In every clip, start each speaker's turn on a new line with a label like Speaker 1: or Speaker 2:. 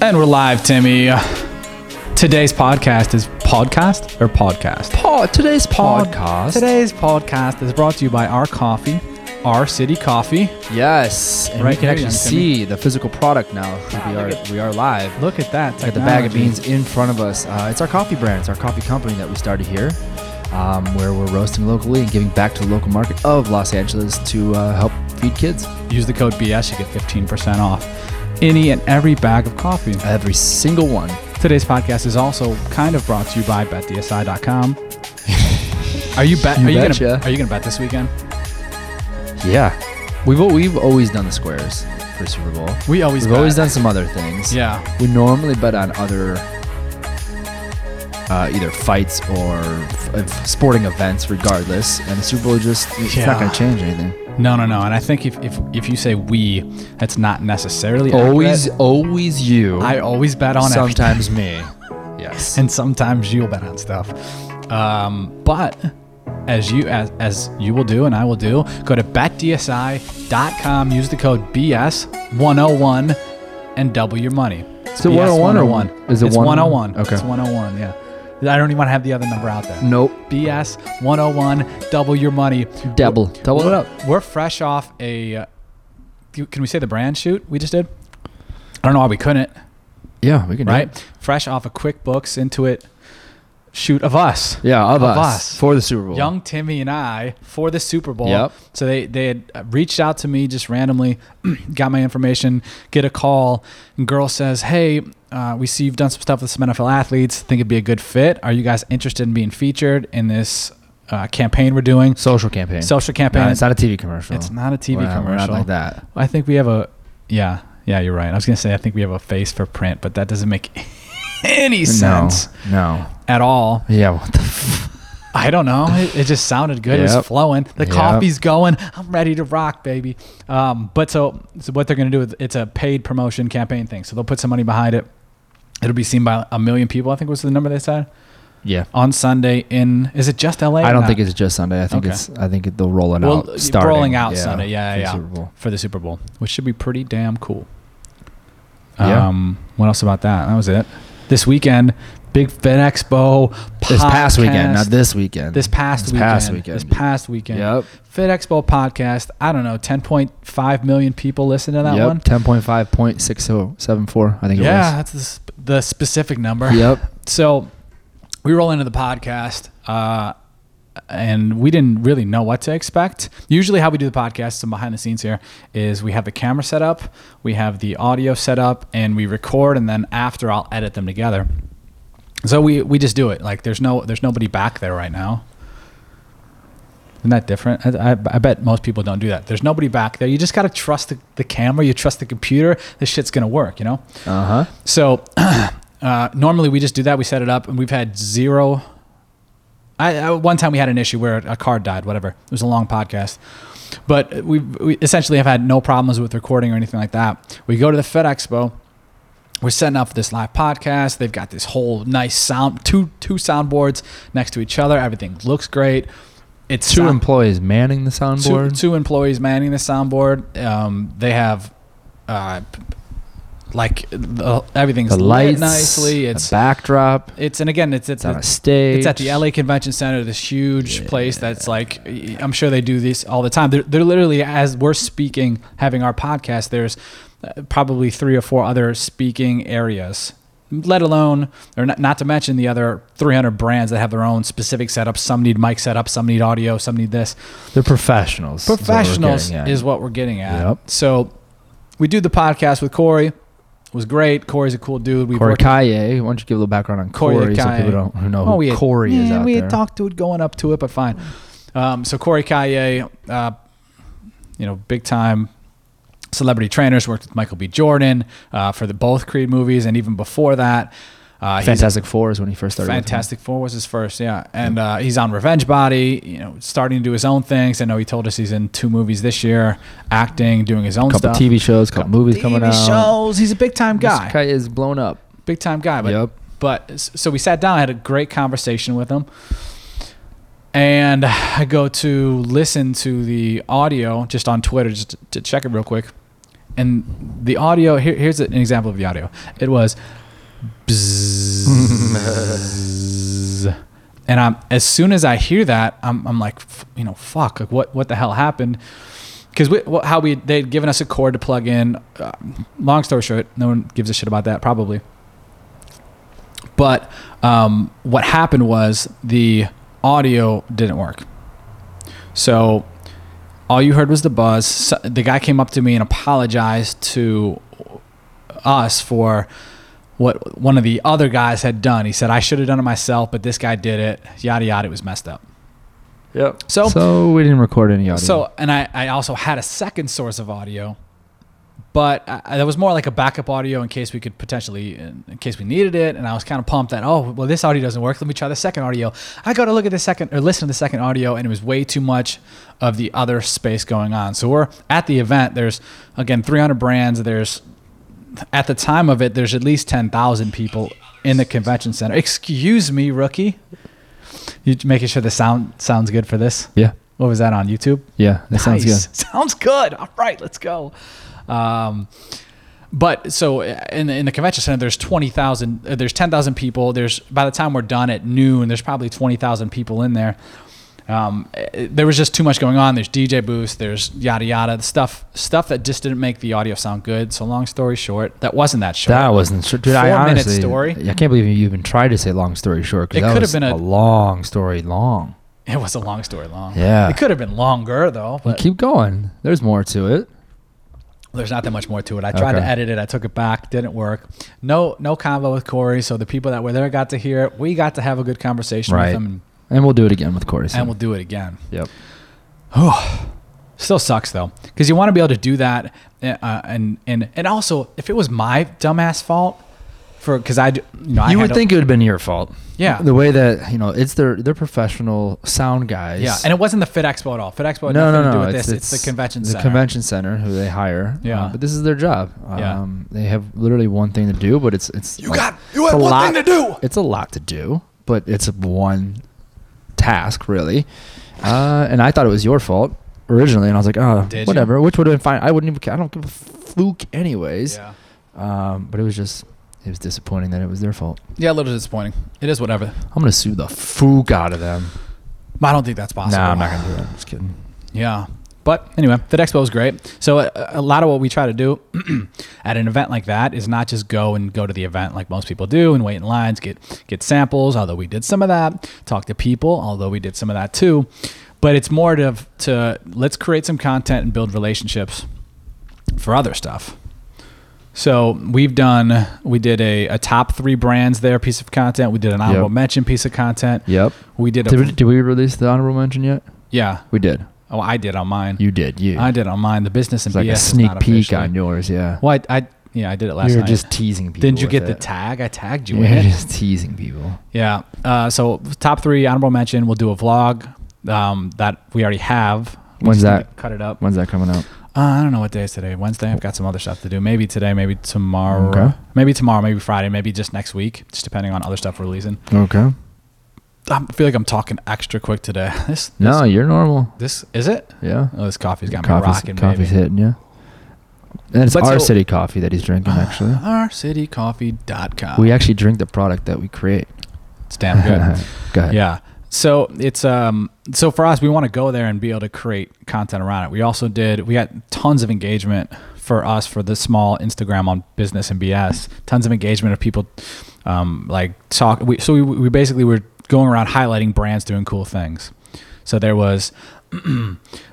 Speaker 1: And we're live, Timmy. Uh, Today's podcast is podcast or podcast?
Speaker 2: Pod, today's podcast.
Speaker 1: Today's podcast is brought to you by Our Coffee, Our City Coffee.
Speaker 2: Yes, and
Speaker 1: Right
Speaker 2: we can
Speaker 1: here,
Speaker 2: actually
Speaker 1: young Timmy.
Speaker 2: see the physical product now. we are we are live.
Speaker 1: Look at that.
Speaker 2: Got the bag of
Speaker 1: technology.
Speaker 2: beans in front of us. Uh, it's our coffee brand. It's our coffee company that we started here, um, where we're roasting locally and giving back to the local market of Los Angeles to uh, help feed kids.
Speaker 1: Use the code BS, you get 15% off any and every bag of coffee.
Speaker 2: Every single one.
Speaker 1: Today's podcast is also kind of brought to you by betdsi.com. Are you bet?
Speaker 2: You
Speaker 1: are you
Speaker 2: betcha.
Speaker 1: gonna Are you gonna bet this weekend?
Speaker 2: Yeah, we've al- we've always done the squares for Super Bowl.
Speaker 1: We always
Speaker 2: We've
Speaker 1: bet.
Speaker 2: always done some other things.
Speaker 1: Yeah,
Speaker 2: We normally bet on other uh, either fights or f- f- sporting events, regardless. And the Super Bowl just it's
Speaker 1: Yeah.
Speaker 2: not going to change anything.
Speaker 1: no, no, no. And I think if if, if you say we, that's not necessarily
Speaker 2: Always,
Speaker 1: accurate.
Speaker 2: always you.
Speaker 1: I always bet on everything.
Speaker 2: sometimes me. Yes.
Speaker 1: and sometimes you'll bet on stuff. Um, but as you as, as you will do and I will do, go to betdsi.com, use the code BS101 and double your money.
Speaker 2: it
Speaker 1: BS
Speaker 2: 101 or is
Speaker 1: oh
Speaker 2: it
Speaker 1: it's
Speaker 2: 101?
Speaker 1: 101. It's
Speaker 2: Okay.
Speaker 1: 101, yeah. I don't even want to have the other number out there.
Speaker 2: nope.
Speaker 1: BS 101, double your money.
Speaker 2: Double. Double it
Speaker 1: We're-
Speaker 2: up.
Speaker 1: We're fresh off a uh, can we say the brand shoot we just did? I don't know why we couldn't
Speaker 2: Yeah, we can. do
Speaker 1: right?
Speaker 2: it.
Speaker 1: Fresh off a QuickBooks into it shoot of us.
Speaker 2: Yeah, of,
Speaker 1: Of
Speaker 2: us,
Speaker 1: us.
Speaker 2: for the Super Bowl.
Speaker 1: Young Timmy and I for the Super Bowl.
Speaker 2: Yep.
Speaker 1: So they they had uh, reached out to me just randomly, got my information, get a call, and girl says, "Hey, uh, we see you've done some stuff with some NFL athletes. Think it'd be a good fit. Are you guys interested in being featured in this uh, campaign we're doing?
Speaker 2: social campaign.
Speaker 1: Social campaign.
Speaker 2: No, it's not a TV commercial.
Speaker 1: It's not a TV
Speaker 2: We're not- we're
Speaker 1: commercial.
Speaker 2: not like that.
Speaker 1: I think we have a yeah yeah you're right. I was gonna say I think we have a face for print, but that doesn't make any sense
Speaker 2: No.
Speaker 1: at all.
Speaker 2: no. Yeah. What the f-
Speaker 1: I don't know. It, it just sounded good. It
Speaker 2: Yep.
Speaker 1: was flowing. The
Speaker 2: Yep.
Speaker 1: coffee's going. I'm ready to rock, baby. Um, but so, so what they're going to do is it's a paid promotion campaign thing. So they'll put some money behind it. It'll be seen by a million people. I think was the number they said
Speaker 2: yeah.
Speaker 1: on Sunday. In is it just LA? or
Speaker 2: I don't
Speaker 1: not?
Speaker 2: think it's just Sunday. I think
Speaker 1: Okay.
Speaker 2: it's. I think it- they'll roll it
Speaker 1: Well,
Speaker 2: out.
Speaker 1: it's
Speaker 2: Starting,
Speaker 1: rolling out Sunday. Yeah,
Speaker 2: for
Speaker 1: Uh, yeah,
Speaker 2: the
Speaker 1: yeah.
Speaker 2: Super Bowl.
Speaker 1: for the Super Bowl, which should be pretty damn cool.
Speaker 2: Yeah.
Speaker 1: Um, what else about that? That was it. This weekend, big Fed Expo.
Speaker 2: This past weekend,
Speaker 1: podcast.
Speaker 2: not this weekend.
Speaker 1: This past
Speaker 2: This
Speaker 1: weekend.
Speaker 2: past weekend.
Speaker 1: This past weekend.
Speaker 2: Yep.
Speaker 1: Fit Expo podcast. I don't know, 10.5 million people listen to that
Speaker 2: yep.
Speaker 1: one.
Speaker 2: Ten point five point six zero seven four. I think
Speaker 1: Yeah,
Speaker 2: it
Speaker 1: that's the, sp- the specific number.
Speaker 2: was. Yep.
Speaker 1: So we roll into the podcast, uh, and we didn't really know what to expect. Usually, how we do the podcast, some behind the scenes here, is we have the camera set up, we have the audio set up, and we record, and then after I'll edit them together. So we we just do it. Like there's no there's nobody back there right now. Isn't that different? I, I, I bet most people don't do that. There's nobody back there. You just gotta trust the, the camera. You trust the computer. This shit's gonna work. You know.
Speaker 2: Uh huh.
Speaker 1: So uh, normally we just do that. We set it up, and we've had zero. I, I one time we had an issue where a card died. Whatever. It was a long podcast, but we, we essentially have had no problems with recording or anything like that. We go to the Fed Expo. We're setting up for this live podcast. They've got this whole nice sound two two soundboards next to each other. Everything looks great. It's
Speaker 2: Two
Speaker 1: sound-
Speaker 2: employees manning the
Speaker 1: two,
Speaker 2: soundboard.
Speaker 1: two employees manning the soundboard. Um, they have, uh, p- like the, everything's
Speaker 2: the lights
Speaker 1: lit nicely. It's
Speaker 2: the backdrop.
Speaker 1: it's and again it's it's
Speaker 2: It's on a stage.
Speaker 1: it's at the LA Convention Center, this huge place that's like I'm sure they do this all the time. They're, they're literally as we're speaking, having our podcast. There's uh, probably three or four other speaking areas. Let alone, or not, not to mention the other 300 brands that have their own specific setups. Some need mic setup, some need audio, some need this
Speaker 2: They're professionals. is what we're
Speaker 1: professionals
Speaker 2: getting at.
Speaker 1: is what we're getting at.
Speaker 2: Yep.
Speaker 1: So we do the podcast with Corey. It was great. Corey's a cool dude. We've
Speaker 2: Corey
Speaker 1: worked-
Speaker 2: Kaye. Why don't you give a little background on
Speaker 1: Corey
Speaker 2: Corey, so
Speaker 1: Kaye.
Speaker 2: people don't who know
Speaker 1: Oh,
Speaker 2: who
Speaker 1: we had-
Speaker 2: Corey is
Speaker 1: Yeah,
Speaker 2: out
Speaker 1: we
Speaker 2: there.
Speaker 1: had talked to it going up to it, but fine. Um, so Corey Kaye, uh, you know, big time celebrity trainers, worked with Michael B. Jordan uh, for the both Creed movies and even before that. Uh, he's-
Speaker 2: Fantastic Four is when he first started. with them.
Speaker 1: Fantastic Four was his first, yeah. And uh, he's on Revenge Body, you know, starting to do his own things. I know he told us he's in two movies this year, acting, doing his own
Speaker 2: Couple
Speaker 1: stuff.
Speaker 2: TV shows, couple, movies coming
Speaker 1: TV
Speaker 2: out.
Speaker 1: shows. He's a big time guy.
Speaker 2: Mr. Kaye is blown up.
Speaker 1: big time guy. But
Speaker 2: Yep.
Speaker 1: but so we sat down. I had a great conversation with him, and I go to listen to the audio just on Twitter just to check it real quick, and the audio here, here's an example of the audio. It was bzzz. and I'm as soon as I hear that, I'm I'm like, f- you know, fuck, like what what the hell happened? Because we, wh- how we they'd given us a cord to plug in. Uh, long story short, no one gives a shit about that probably. But um, what happened was the audio didn't work. So all you heard was the buzz. So, the guy came up to me and apologized to us for what one of the other guys had done. He said, I should have done it myself, but this guy did it. Yada, yada. It was messed up.
Speaker 3: Yep.
Speaker 1: So, so,
Speaker 2: So we didn't record any audio.
Speaker 1: and I, I also had a second source of audio, but I, I- that was more like a backup audio in case we could potentially, in, in case we needed it. And I was kind of pumped that, oh, well, this audio doesn't work. Let me try the second audio. I got to look at the second or listen to the second audio, and it was way too much of the other space going on. So we're at the event. There's, again, 300 brands. There's at the time of it, there's at least 10,000 people in the convention center. Excuse me, rookie. You making sure the sound sounds good for this?
Speaker 2: yeah,
Speaker 1: What was that on YouTube?
Speaker 2: yeah, that sounds
Speaker 1: Nice.
Speaker 2: good.
Speaker 1: Sounds good. All right, let's go. Um, but so uh, in the, in the convention center, there's twenty thousand. uh, There's ten thousand people. There's by the time we're done at noon, there's probably twenty thousand people in there. Um, eh, eh, there was just too much going on. There's DJ booths. There's yada yada stuff stuff that just didn't make the audio sound good. So long story short, that wasn't that short.
Speaker 2: That wasn't short, dude. I
Speaker 1: Four-minute
Speaker 2: honestly,
Speaker 1: story.
Speaker 2: I can't believe you even tried to say long story short. 'cause
Speaker 1: It
Speaker 2: that
Speaker 1: could have
Speaker 2: was
Speaker 1: been a-
Speaker 2: long story long.
Speaker 1: it was a long story long.
Speaker 2: Yeah.
Speaker 1: it could have been longer though.
Speaker 2: Well,
Speaker 1: But
Speaker 2: keep going. There's more to it.
Speaker 1: There's not that much more to it. I tried to
Speaker 2: Okay.
Speaker 1: edit it. I took it back. Didn't work. No, no convo with Corey. So the people that were there got to hear it. We got to have a good conversation
Speaker 2: Right.
Speaker 1: with him, and,
Speaker 2: And we'll do it again with Corey. soon.
Speaker 1: and we'll do it again.
Speaker 2: yep.
Speaker 1: Still sucks though, because you want to be able to do that, uh, and and and also if it was my dumbass fault, for because I, d- you know, I
Speaker 2: you would
Speaker 1: handle-
Speaker 2: think it would have been your fault.
Speaker 1: Yeah.
Speaker 2: The way that you know, it's their they're professional sound guys.
Speaker 1: yeah, and it wasn't the Fit Expo at all. Fit Expo had
Speaker 2: no,
Speaker 1: nothing
Speaker 2: no,
Speaker 1: to
Speaker 2: no.
Speaker 1: do with this. It's, the convention
Speaker 2: the
Speaker 1: center.
Speaker 2: convention center who they hire.
Speaker 1: Yeah.
Speaker 2: Uh, but this is their job.
Speaker 1: Yeah.
Speaker 2: Um, they have literally one thing to do, but it's it's
Speaker 1: You
Speaker 2: like-
Speaker 1: got you
Speaker 2: it's
Speaker 1: have
Speaker 2: a
Speaker 1: one
Speaker 2: lot-
Speaker 1: thing to do.
Speaker 2: It's a lot to do, but it's one task really. Uh, and I thought it was your fault originally, and I was like, oh,
Speaker 1: Did you?
Speaker 2: whatever, which would have been fine. I wouldn't even. ca- I don't give a fluke anyways.
Speaker 1: Yeah.
Speaker 2: Um, but it was just it was disappointing that it was their fault.
Speaker 1: yeah, a little disappointing. It is whatever.
Speaker 2: I'm gonna sue the fook out of them.
Speaker 1: I don't think that's possible.
Speaker 2: Nah, I'm not gonna do that. Just kidding.
Speaker 1: Yeah. But anyway, Fit Expo was great. So a, a lot of what we try to do at an event like that is not just go and go to the event like most people do and wait in lines, get get samples. Although we did some of that, talk to people. Although we did some of that too, but it's more to to let's create some content and build relationships for other stuff. So we've done we did a, a top three brands there piece of content. We did an honorable
Speaker 2: Yep.
Speaker 1: mention piece of content.
Speaker 2: Yep.
Speaker 1: We did a
Speaker 2: Did we, did we release the honorable mention yet?
Speaker 1: yeah.
Speaker 2: We did.
Speaker 1: Oh, I did on mine.
Speaker 2: You did. You.
Speaker 1: I did on mine. The business and
Speaker 2: it's like
Speaker 1: BS
Speaker 2: a
Speaker 1: is
Speaker 2: sneak
Speaker 1: not
Speaker 2: peek
Speaker 1: officially-
Speaker 2: on yours. Yeah.
Speaker 1: Well, I, I yeah, I did it last
Speaker 2: you were
Speaker 1: night.
Speaker 2: just teasing people.
Speaker 1: Didn't you
Speaker 2: with
Speaker 1: get the
Speaker 2: it.
Speaker 1: tag? I tagged you
Speaker 2: You were
Speaker 1: in it.
Speaker 2: just teasing people.
Speaker 1: Yeah. Uh, so top three honorable mention. We'll do a vlog um, that we already have. We
Speaker 2: When's
Speaker 1: just need
Speaker 2: that?
Speaker 1: to Cut it up. Uh,
Speaker 2: When's that coming out?
Speaker 1: I don't know what day is today. Wednesday. I've got some other stuff to do. Maybe today. Maybe tomorrow.
Speaker 2: Okay.
Speaker 1: Maybe tomorrow. Maybe Friday. Maybe just next week. Just depending on other stuff we're releasing.
Speaker 2: Okay.
Speaker 1: I feel like I'm talking extra quick today. This.
Speaker 2: No,
Speaker 1: This,
Speaker 2: you're normal.
Speaker 1: this is it.
Speaker 2: Yeah.
Speaker 1: Oh, this coffee's got me
Speaker 2: coffee's
Speaker 1: rocking,
Speaker 2: coffee's
Speaker 1: baby.
Speaker 2: hitting you. And it's
Speaker 1: But
Speaker 2: our
Speaker 1: so-
Speaker 2: city coffee that he's drinking. Actually,
Speaker 1: OurCityCoffee.com.
Speaker 2: we actually drink the product that we create.
Speaker 1: it's damn good.
Speaker 2: Go ahead.
Speaker 1: Yeah. So it's um so for us we want to go there and be able to create content around it. We also did we got tons of engagement for us for the small Instagram on business and BS. Tons of engagement of people um like talk we, so we we basically were going around highlighting brands doing cool things. So there was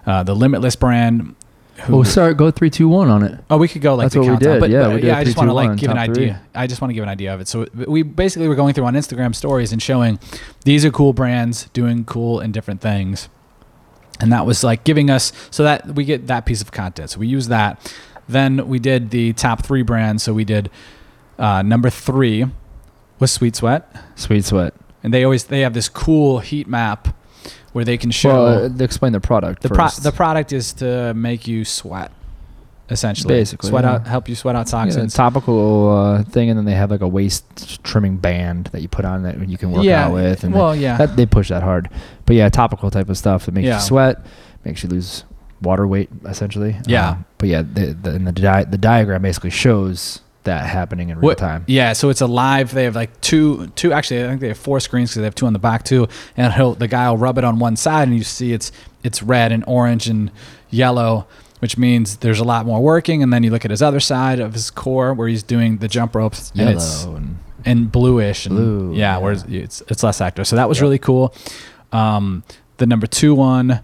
Speaker 1: uh, the Limitless brand who
Speaker 2: Well, start Oh, go three, two, one on it.
Speaker 1: Oh, we could go like
Speaker 2: That's
Speaker 1: the
Speaker 2: what we
Speaker 1: countdown,
Speaker 2: did.
Speaker 1: but,
Speaker 2: Yeah,
Speaker 1: but,
Speaker 2: we did
Speaker 1: yeah. I
Speaker 2: three,
Speaker 1: just want to
Speaker 2: two,
Speaker 1: like
Speaker 2: one,
Speaker 1: give an
Speaker 2: top
Speaker 1: idea.
Speaker 2: three.
Speaker 1: I just want to give an idea of it. So it- we basically were going through on Instagram stories and showing these are cool brands doing cool and different things, and that was like giving us so that we get that piece of content. So we use that. Then we did the top three brands. So we did uh, number three was Sweet Sweat,
Speaker 2: Sweet sweat.
Speaker 1: and they always they have this cool heat map where they can show
Speaker 2: Well, uh, they explain the product
Speaker 1: the pro-
Speaker 2: first.
Speaker 1: the product is to make you sweat, essentially.
Speaker 2: Basically,
Speaker 1: sweat
Speaker 2: yeah.
Speaker 1: out, help you sweat out
Speaker 2: Yeah, the
Speaker 1: toxins.
Speaker 2: topical uh, thing, and then they have like a waist trimming band that you put on that you can work out with. And
Speaker 1: well, yeah,
Speaker 2: that, they push that hard, but yeah, topical type of stuff that makes
Speaker 1: Yeah.
Speaker 2: you sweat, makes you lose water weight essentially.
Speaker 1: Yeah.
Speaker 2: Um, but yeah, the, the, and the di- the diagram basically shows that happening in real
Speaker 1: What-
Speaker 2: time.
Speaker 1: Yeah, so it's a live. They have like two, two. Actually, I think they have four screens because they have two on the back too. And he'll, the guy will rub it on one side, and you see it's it's red and orange and yellow, which means there's a lot more working. And then you look at his other side of his core where he's doing the jump ropes, and it's
Speaker 2: Yellow and
Speaker 1: and bluish and
Speaker 2: Blue,
Speaker 1: yeah,
Speaker 2: yeah.
Speaker 1: whereas it's it's less active. So that was
Speaker 2: Yep.
Speaker 1: really cool. Um, the number two one,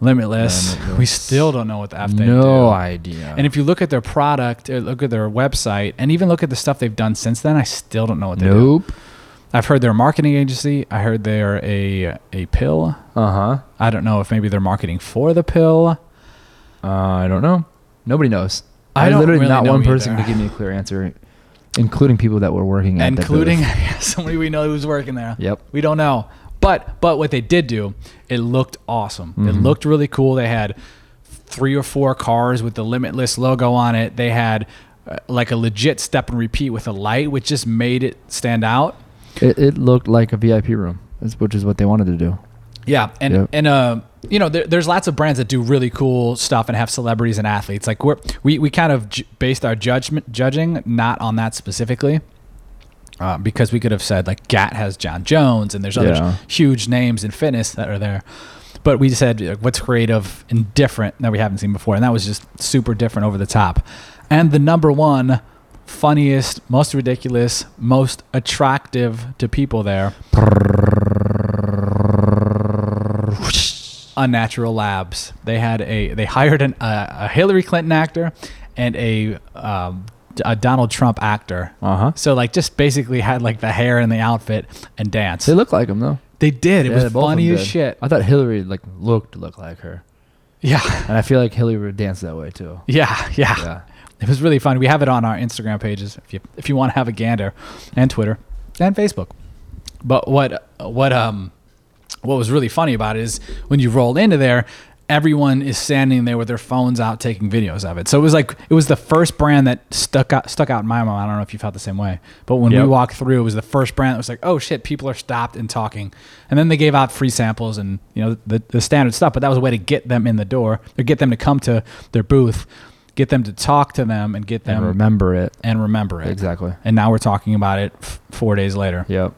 Speaker 1: Limitless. We
Speaker 2: Limitless.
Speaker 1: still don't know what the f they do.
Speaker 2: no idea.
Speaker 1: And if you look at their product, uh, look at their website, and even look at the stuff they've done since then, I still don't know what they do.
Speaker 2: nope.
Speaker 1: I've heard they're a marketing agency. I heard they're a a pill.
Speaker 2: Uh
Speaker 1: I don't know if maybe they're marketing for the pill.
Speaker 2: huh. Uh, I don't know. Nobody knows.
Speaker 1: I don't
Speaker 2: literally
Speaker 1: really
Speaker 2: not
Speaker 1: know
Speaker 2: one person
Speaker 1: either.
Speaker 2: could give me a clear answer, including people that were working at
Speaker 1: including
Speaker 2: That
Speaker 1: somebody we know who's working there.
Speaker 2: Yep.
Speaker 1: We don't know. But but what they did do, it looked awesome. It
Speaker 2: Mhm.
Speaker 1: looked really cool. They had three or four cars with the Limitless logo on it. They had uh, like a legit step and repeat with a light, which just made it stand out.
Speaker 2: booth. it, it looked like a VIP room, is- which is what they wanted to do.
Speaker 1: Yeah, and
Speaker 2: Yeah.
Speaker 1: and uh, you know, there, there's lots of brands that do really cool stuff and have celebrities and athletes. Like we're we we kind of j- based our judgment judging not on that specifically, uh, because we could have said like Gat has John Jones and there's other
Speaker 2: Yeah.
Speaker 1: huge names in fitness that are there, but we said like, what's creative and different that we haven't seen before, and that was just super different over the top, and the number one funniest, most ridiculous, most attractive to people there. Unnatural Labs. They had a they hired an, uh, a Hillary Clinton actor and a um, a Donald Trump actor.
Speaker 2: Uh huh.
Speaker 1: So like just basically had like the hair and the outfit and dance.
Speaker 2: They look like him though.
Speaker 1: They did. It
Speaker 2: Yeah,
Speaker 1: was
Speaker 2: both of them
Speaker 1: funny as
Speaker 2: did.
Speaker 1: shit.
Speaker 2: I thought Hillary like looked look like her,
Speaker 1: Yeah.
Speaker 2: and I feel like Hillary would dance that way too.
Speaker 1: Yeah, yeah,
Speaker 2: Yeah.
Speaker 1: It was really fun. We have it on our Instagram pages if you if you want to have a gander, and Twitter, and Facebook. But what what um what was really funny about it is when you roll into there, everyone is standing there with their phones out taking videos of it. So it was like it was the first brand that stuck out stuck out in my mind. I don't know if you felt the same way, but when we
Speaker 2: Yep.
Speaker 1: walked through, it was the first brand that was like, oh shit, people are stopped and talking. And then they gave out free samples and you know the, the standard stuff, but that was a way to get them in the door or get them to come to their booth, get them to talk to them and get them
Speaker 2: And remember it
Speaker 1: and remember it.
Speaker 2: exactly.
Speaker 1: And now we're talking about it f- four days later.
Speaker 2: Yep.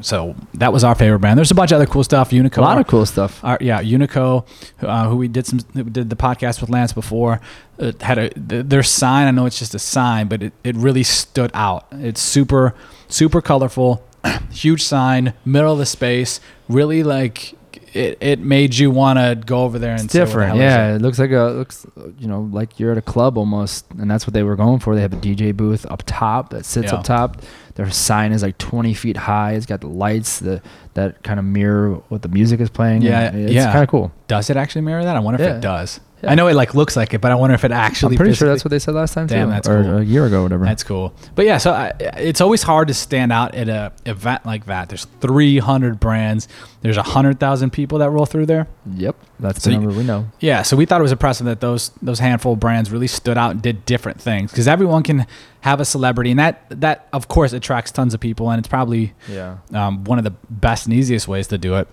Speaker 1: So that was our favorite brand. There's a bunch of other cool stuff. Unico,
Speaker 2: A lot of cool stuff.
Speaker 1: our, yeah, Unico, uh, who we did some who did the podcast with Lance before, uh, had a th- their sign. I know it's just a sign, but it, it really stood out. It's super super colorful, huge sign, middle of the space. Really like it. It made you want to go over there and
Speaker 2: It's
Speaker 1: say, what the
Speaker 2: different.
Speaker 1: hell is
Speaker 2: Yeah,
Speaker 1: it?
Speaker 2: it looks like a looks you know like you're at a club almost, and that's what they were going for. They have a DJ booth up top that sits
Speaker 1: Yeah.
Speaker 2: up top. Their sign is like 20 feet high. It's got the lights that that kind of mirror what the music is playing.
Speaker 1: Yeah,
Speaker 2: and it's
Speaker 1: yeah.
Speaker 2: kind of cool.
Speaker 1: Does it actually mirror that? I wonder if
Speaker 2: Yeah.
Speaker 1: it does.
Speaker 2: Yeah.
Speaker 1: I know it like looks like it, but I wonder if it actually.
Speaker 2: I'm pretty sure
Speaker 1: physically-
Speaker 2: that's what they said last time
Speaker 1: Damn,
Speaker 2: too,
Speaker 1: that's
Speaker 2: or
Speaker 1: cool.
Speaker 2: a year ago, or whatever.
Speaker 1: That's cool. But yeah, so I, it's always hard to stand out at a event like that. There's 300 brands. There's 100,000 people that roll through there.
Speaker 2: yep, that's
Speaker 1: So
Speaker 2: the
Speaker 1: you-
Speaker 2: number we know.
Speaker 1: Yeah, so we thought it was impressive that those those handful of brands really stood out and did different things because everyone can have a celebrity, and that that of course attracts tons of people, and it's probably
Speaker 2: Yeah.
Speaker 1: um, one of the best and easiest ways to do it.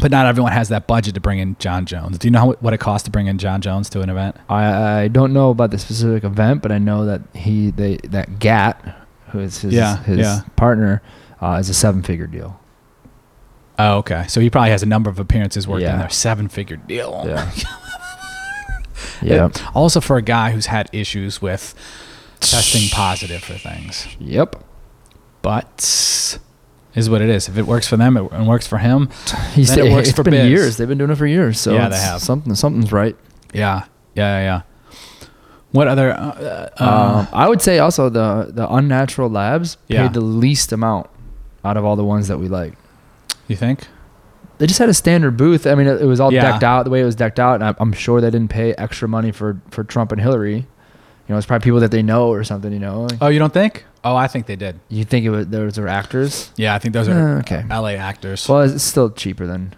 Speaker 1: But not everyone has that budget to bring in John Jones. Do you know how, what it costs to bring in John Jones to an event?
Speaker 2: I, I don't know about the specific event, but I know that he they that Gat, who is his
Speaker 1: Yeah,
Speaker 2: his
Speaker 1: yeah.
Speaker 2: partner, uh, is a seven figure deal.
Speaker 1: Oh, okay. So he probably has a number of appearances worked
Speaker 2: Yeah.
Speaker 1: in there. Seven figure deal.
Speaker 2: Yeah. yeah.
Speaker 1: It- also for a guy who's had issues with testing positive for things.
Speaker 2: Yep.
Speaker 1: But is what it is. If it works for them, it, it works for him.
Speaker 2: He
Speaker 1: Then
Speaker 2: said
Speaker 1: it works
Speaker 2: it's
Speaker 1: for
Speaker 2: been
Speaker 1: biz.
Speaker 2: years. They've been doing it for years. So
Speaker 1: Yeah, they
Speaker 2: it's
Speaker 1: have.
Speaker 2: something. Something's right.
Speaker 1: Yeah. Yeah. Yeah. yeah. What other? Uh, uh,
Speaker 2: um, I would say also the the unnatural labs
Speaker 1: Yeah.
Speaker 2: paid the least amount out of all the ones that we liked.
Speaker 1: you think?
Speaker 2: They just had a standard booth. I mean, it, it was all
Speaker 1: Yeah.
Speaker 2: decked out the way it was decked out, and I'm, I'm sure they didn't pay extra money for for Trump and Hillary. You know, it's probably people that they know or something. You know,
Speaker 1: Oh, you don't think? Oh, I think they did.
Speaker 2: you think it was those were actors?
Speaker 1: Yeah, I think those are
Speaker 2: Uh, okay.
Speaker 1: L.A. actors.
Speaker 2: Well, it's still cheaper than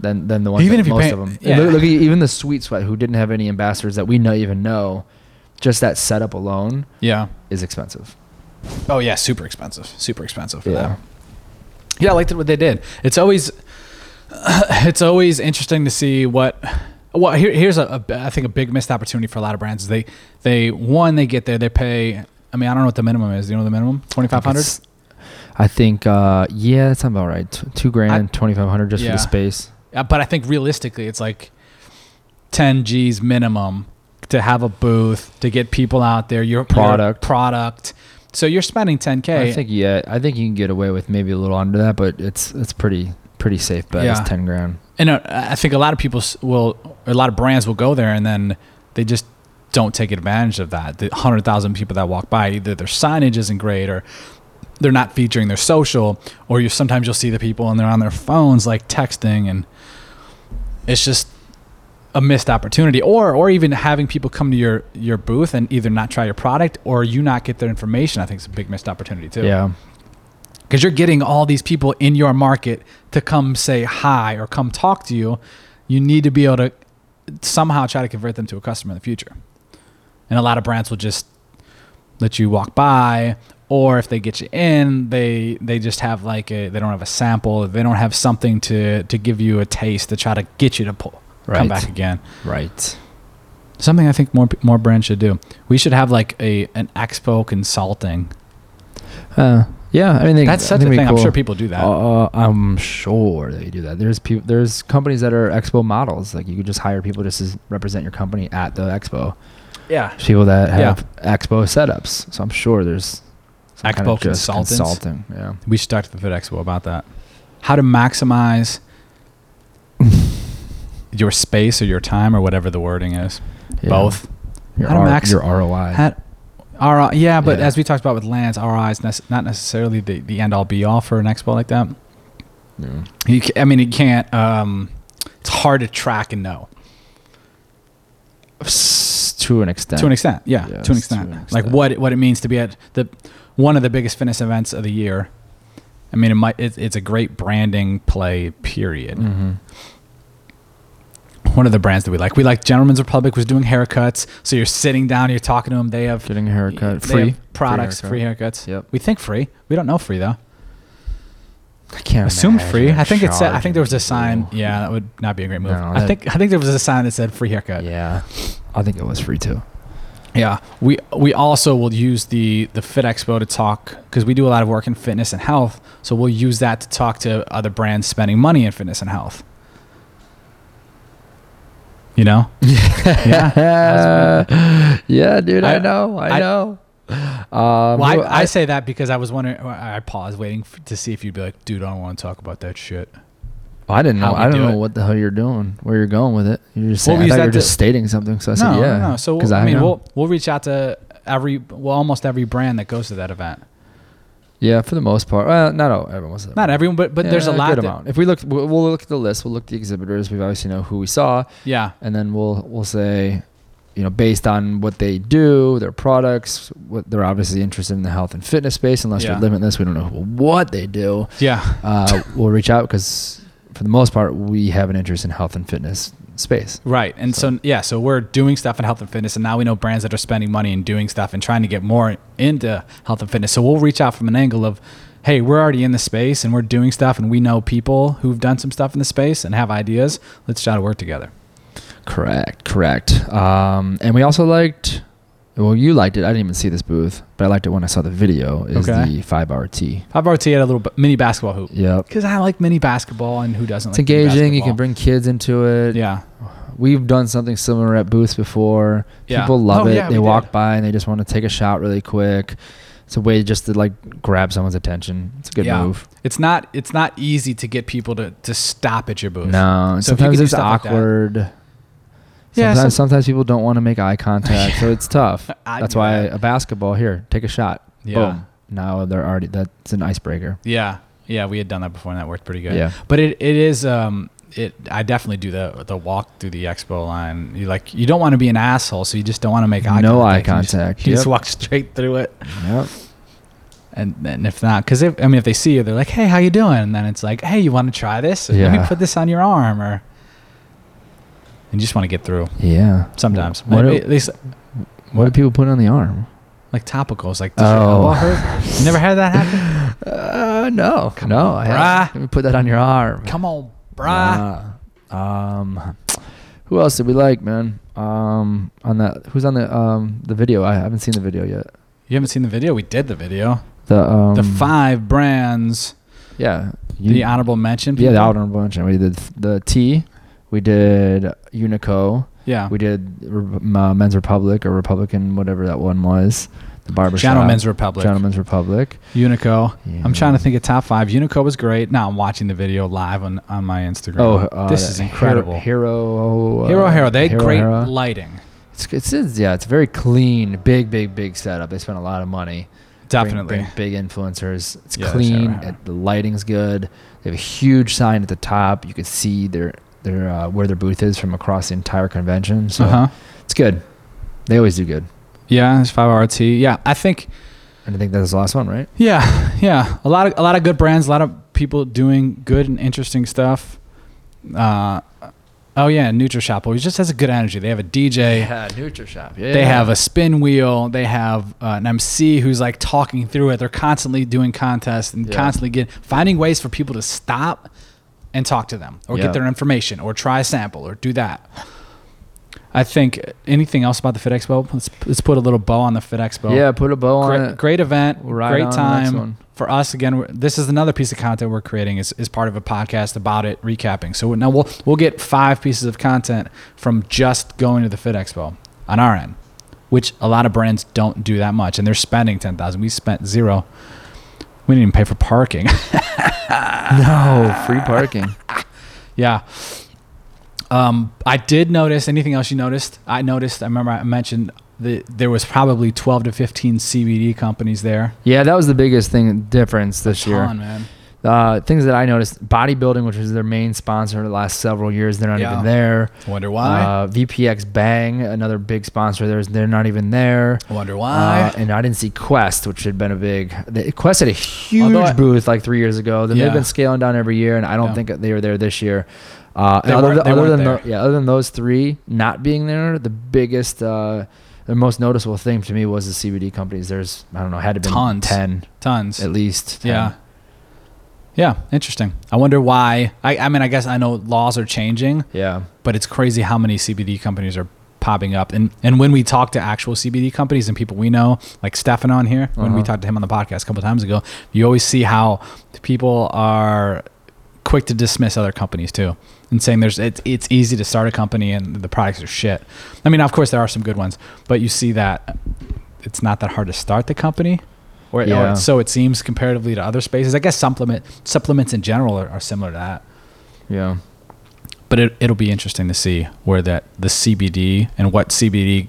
Speaker 2: than than the ones.
Speaker 1: Even
Speaker 2: Even
Speaker 1: if you
Speaker 2: most
Speaker 1: pay-
Speaker 2: of them,
Speaker 1: yeah.
Speaker 2: look, look, even the Sweet Sweat, who didn't have any ambassadors that we know even know, just that setup alone
Speaker 1: yeah.
Speaker 2: is expensive.
Speaker 1: Oh yeah, super expensive. Super expensive for them. Yeah, I liked it what they did. It's always it's always interesting to see what. Well, here, here's a, a b- I think a big missed opportunity for a lot of brands. Is they they one they get there they pay. I mean I don't know what the minimum is. Do you know the minimum? Twenty five hundred.
Speaker 2: It's- I think, uh, yeah, that sounds about right. Tw- Two grand, twenty five hundred, just for
Speaker 1: Yeah.
Speaker 2: the space.
Speaker 1: Uh, but I think realistically, it's like 10 G's minimum to have a booth to get people out there. Your your
Speaker 2: Product.
Speaker 1: product. So you're spending 10k.
Speaker 2: I think yeah, I think you can get away with maybe a little under that, but it's it's pretty pretty safe bet.
Speaker 1: Yeah.
Speaker 2: It's ten grand.
Speaker 1: and uh, I think a lot of people s- will, or a lot of brands will go there and then they just don't take advantage of that. The 100,000 people that walk by, either their signage isn't great or they're not featuring their social, or you sometimes you'll see the people and they're on their phones like texting, and it's just a missed opportunity. Or, or even having people come to your your booth and either not try your product or you not get their information. I think is a big missed opportunity too
Speaker 2: Yeah,
Speaker 1: because you're getting all these people in your market to come say hi or come talk to you you need to be able to somehow try to convert them to a customer in the future and a lot of brands will just let you walk by or if they get you in they they just have like a they don't have a sample they don't have something to to give you a taste to try to get you to pull come
Speaker 2: Right.
Speaker 1: back again
Speaker 2: right.
Speaker 1: something i think more pe- more brands should do we should have like a an expo consulting
Speaker 2: Uh, yeah, I mean they,
Speaker 1: that's
Speaker 2: I
Speaker 1: such a
Speaker 2: think it'd be
Speaker 1: thing i'm
Speaker 2: cool.
Speaker 1: sure people do that
Speaker 2: Uh, I'm sure they do that. There's people. There's companies that are expo models. Like you could just hire people just to represent your company at the expo.
Speaker 1: yeah
Speaker 2: There's people that have expo setups. So I'm sure there's some
Speaker 1: Expo
Speaker 2: just
Speaker 1: consultants?
Speaker 2: Consulting. Yeah.
Speaker 1: We should talk to the Fit Expo about that. How to maximize your space or your time or whatever the wording is.
Speaker 2: Yeah.
Speaker 1: Both.
Speaker 2: Your,
Speaker 1: How to
Speaker 2: R-
Speaker 1: max-
Speaker 2: your ROI.
Speaker 1: How, RI, yeah, but
Speaker 2: Yeah.
Speaker 1: as we talked about with Lance, RI is nece- not necessarily the, the end all be all for an expo like that.
Speaker 2: Yeah.
Speaker 1: You ca I mean, you can't. Um, it's hard to track and know
Speaker 2: S- To an extent.
Speaker 1: to an extent. Yeah,
Speaker 2: Yes,
Speaker 1: to an extent.
Speaker 2: to an
Speaker 1: Like
Speaker 2: extent.
Speaker 1: what it- what it means to be at the one of the biggest fitness events of the year. I mean, it might. It, it's a great branding play. Period.
Speaker 2: hmm
Speaker 1: one of the brands that we like. We like Gentleman's Republic was doing haircuts. So you're sitting down, you're talking to them. They have
Speaker 2: Getting a haircut
Speaker 1: they
Speaker 2: free.
Speaker 1: have products,
Speaker 2: Free
Speaker 1: free, haircuts.
Speaker 2: Yep.
Speaker 1: We think free. We don't know free though.
Speaker 2: I can't
Speaker 1: Assumed
Speaker 2: imagine
Speaker 1: free.
Speaker 2: them
Speaker 1: I think it said. I think there was a
Speaker 2: charging
Speaker 1: sign.
Speaker 2: people.
Speaker 1: Yeah, that would not be a great move.
Speaker 2: No,
Speaker 1: I
Speaker 2: that-
Speaker 1: think I think there was a sign that said free haircut. Yeah.
Speaker 2: Yeah. I think it was free too.
Speaker 1: We we also will use the the Fit Expo to talk because we do a lot of work in fitness and health. So we'll use that to talk to other brands spending money in fitness and health. You know. yeah.
Speaker 2: yeah, dude. I,
Speaker 1: I-
Speaker 2: know. I,
Speaker 1: I-
Speaker 2: know. Um,
Speaker 1: Well,
Speaker 2: who-
Speaker 1: I, I say that because I was wondering. I I paused, waiting f- to see if you'd be like, "Dude, I don't want to talk about that shit."
Speaker 2: I didn't
Speaker 1: how
Speaker 2: know.
Speaker 1: we
Speaker 2: I don't
Speaker 1: do
Speaker 2: know
Speaker 1: it.
Speaker 2: what the hell you're doing, where you're going with it. You're just
Speaker 1: Well,
Speaker 2: saying,
Speaker 1: we
Speaker 2: I
Speaker 1: use
Speaker 2: thought you
Speaker 1: that
Speaker 2: were
Speaker 1: to-
Speaker 2: just stating something. So I said,
Speaker 1: no,
Speaker 2: yeah.
Speaker 1: no, no. So
Speaker 2: 'cause
Speaker 1: I, mean,
Speaker 2: know.
Speaker 1: we'll we'll reach out to every, well, almost every brand that goes to that event.
Speaker 2: yeah, for the most part. Well, not all, everyone was
Speaker 1: Not everyone, but but there's a lot.
Speaker 2: Good
Speaker 1: that-
Speaker 2: amount. If we look, we'll, we'll look at the list. We'll look at the exhibitors. We obviously know who we saw,
Speaker 1: Yeah,
Speaker 2: and then we'll we'll say, you know, based on what they do, their products, what they're obviously interested in the health and fitness space. Unless
Speaker 1: Yeah.
Speaker 2: you're limitless, we don't know what they do.
Speaker 1: yeah,
Speaker 2: uh, we'll reach out because for the most part we have an interest in health and fitness space
Speaker 1: right. And so. yeah, so we're doing stuff in health and fitness, and now we know brands that are spending money and doing stuff and trying to get more into health and fitness. So we'll reach out from an angle of, hey, we're already in the space and we're doing stuff, and we know people who've done some stuff in the space and have ideas. Let's try to work together.
Speaker 2: correct correct um, and we also liked well you liked it i didn't even see this booth but i liked it when i saw the video is
Speaker 1: Okay.
Speaker 2: the five hour tea
Speaker 1: I've already had a little b- mini basketball hoop.
Speaker 2: yep
Speaker 1: Because I like mini basketball, and who doesn't?
Speaker 2: it's
Speaker 1: like mini
Speaker 2: engaging you
Speaker 1: basketball?
Speaker 2: can bring kids into it
Speaker 1: Yeah,
Speaker 2: we've done something similar at booths before
Speaker 1: Yeah.
Speaker 2: people love
Speaker 1: Oh,
Speaker 2: it
Speaker 1: yeah,
Speaker 2: they
Speaker 1: we
Speaker 2: walk
Speaker 1: did.
Speaker 2: by and they just want to take a shot really quick it's a way just to like grab someone's attention it's a good
Speaker 1: Yeah.
Speaker 2: move
Speaker 1: it's not it's not easy to get people to to stop at your booth.
Speaker 2: No, and
Speaker 1: So if you
Speaker 2: sometimes
Speaker 1: could do
Speaker 2: it's
Speaker 1: stuff like that-
Speaker 2: awkward.
Speaker 1: Yeah,
Speaker 2: sometimes, sometimes people don't want to make eye contact, so it's tough.
Speaker 1: I
Speaker 2: That's
Speaker 1: do
Speaker 2: why
Speaker 1: that.
Speaker 2: a basketball here, take a shot.
Speaker 1: Yeah.
Speaker 2: Boom. Now they're already. That's an icebreaker.
Speaker 1: Yeah, yeah, we had done that before, and that worked pretty good.
Speaker 2: Yeah.
Speaker 1: but it, it is um it I definitely do the the walk through the expo line. You like you don't want to be an asshole, so you just don't want to make eye
Speaker 2: No eye
Speaker 1: contact. You just-
Speaker 2: contact.
Speaker 1: You just, walk straight through it,
Speaker 2: Yep.
Speaker 1: and and if not, because if I mean if they see you, they're like, hey, how you doing? And then it's like, hey, you want to try this? Or, Let me
Speaker 2: Yeah.
Speaker 1: put this on your arm, or and you just want to get through.
Speaker 2: Yeah.
Speaker 1: Sometimes,
Speaker 2: What
Speaker 1: Maybe
Speaker 2: do-
Speaker 1: at least
Speaker 2: What do people put on the arm?
Speaker 1: like topicals, like does your
Speaker 2: Oh.
Speaker 1: elbow hurt? You never had that happen?
Speaker 2: Uh, no.
Speaker 1: Come
Speaker 2: no.
Speaker 1: on,
Speaker 2: I haven't. Let me put that on your arm.
Speaker 1: Come on, brah.
Speaker 2: Nah. um, who else did we like, man? Um, on that, who's on the um the video? I haven't seen the video yet.
Speaker 1: You haven't seen the video? We did the video.
Speaker 2: The um,
Speaker 1: the five brands,
Speaker 2: Yeah.
Speaker 1: the honorable mention.
Speaker 2: yeah, the
Speaker 1: people.
Speaker 2: honorable mention. We did the T. We did Unico.
Speaker 1: Yeah.
Speaker 2: We did Re- uh, Men's Republic or Republican, whatever that one was. The barbershop.
Speaker 1: Gentlemen's Republic.
Speaker 2: Gentlemen's Republic.
Speaker 1: Unico.
Speaker 2: Yeah.
Speaker 1: I'm trying to think of top five. Unico was great. Now I'm watching the video live on, on my Instagram.
Speaker 2: Oh, uh,
Speaker 1: this is
Speaker 2: Hero-
Speaker 1: incredible. Hero
Speaker 2: Hero. uh,
Speaker 1: Hero, They had great
Speaker 2: Hero.
Speaker 1: lighting.
Speaker 2: It's, it's, it's yeah, it's very clean, big, big, big setup. They spent a lot of money. Bring-
Speaker 1: Definitely.
Speaker 2: bring big influencers. It's
Speaker 1: Yeah, that's
Speaker 2: clean.
Speaker 1: right.
Speaker 2: it- the lighting's good. They have a huge sign at the top. You can see their their uh, where their booth is from across the entire convention. So
Speaker 1: uh huh.
Speaker 2: it's good. They always do good.
Speaker 1: Yeah, it's five RT. Yeah, I think.
Speaker 2: And I think that's the last one, right?
Speaker 1: Yeah, yeah. A lot of a lot of good brands. A lot of people doing good and interesting stuff. Uh, oh yeah, NutriShop always just has a good energy. They have a DJ.
Speaker 2: NutriShop. Yeah,
Speaker 1: They have a spin wheel. They have uh, an MC who's like talking through it. They're constantly doing contests and
Speaker 2: Yeah.
Speaker 1: constantly getting finding ways for people to stop and talk to them, or
Speaker 2: Yeah.
Speaker 1: get their information, or try a sample, or do that. I think anything else about the Fit Expo? Let's, let's put a little bow on the Fit Expo.
Speaker 2: yeah. Put a bow on
Speaker 1: great,
Speaker 2: it.
Speaker 1: great event,
Speaker 2: We'll ride
Speaker 1: great
Speaker 2: on to the next
Speaker 1: time
Speaker 2: one.
Speaker 1: for us. Again, we're- this is another piece of content we're creating is, is part of a podcast about it, recapping. So now we'll we'll get five pieces of content from just going to the Fit Expo on our end, which a lot of brands don't do that much, and they're spending ten thousand. We spent zero. We didn't even pay for parking.
Speaker 2: No free parking.
Speaker 1: yeah. Um, I did notice. Anything else you noticed? I noticed. I remember I mentioned that there was probably twelve to fifteen CBD companies there.
Speaker 2: yeah, that was the biggest thing difference this year.
Speaker 1: Ton, man.
Speaker 2: Uh, things that I noticed: bodybuilding, which was their main sponsor the last several years, they're not
Speaker 1: Yeah.
Speaker 2: even there.
Speaker 1: Wonder why.
Speaker 2: Uh, VPX Bang, another big sponsor. There's they're not even there.
Speaker 1: Wonder
Speaker 2: Uh,
Speaker 1: why.
Speaker 2: and I didn't see Quest, which had been a big. The, Quest had a huge
Speaker 1: Although I-
Speaker 2: booth like three years ago. Then
Speaker 1: Yeah.
Speaker 2: they've been scaling down every year, and I don't
Speaker 1: Yeah.
Speaker 2: think they were there this year. Uh, and
Speaker 1: They
Speaker 2: other
Speaker 1: weren't-
Speaker 2: than,
Speaker 1: they
Speaker 2: other
Speaker 1: weren't
Speaker 2: than tho-
Speaker 1: there.
Speaker 2: yeah, other than those three not being there, the biggest, uh, the most noticeable thing to me was the CBD companies. There's I don't know had to be
Speaker 1: Tons.
Speaker 2: ten
Speaker 1: Tons.
Speaker 2: at least. 10.
Speaker 1: yeah. Yeah. Interesting. I wonder why. I, I mean, I guess I know laws are changing,
Speaker 2: yeah.
Speaker 1: but it's crazy how many CBD companies are popping up. And and when we talk to actual CBD companies and people we know, like Stefan on here, when we
Speaker 2: Uh-huh.
Speaker 1: talked to him on the podcast a couple times ago, you always see how people are quick to dismiss other companies too and saying there's it's, it's easy to start a company and the products are shit. I mean, of course there are some good ones, but you see that it's not that hard to start the company. Or,
Speaker 2: Yeah.
Speaker 1: or so it seems comparatively to other spaces. I guess supplement supplements in general are, are similar to that
Speaker 2: Yeah.
Speaker 1: but it, it'll be interesting to see where that the CBD and what CBD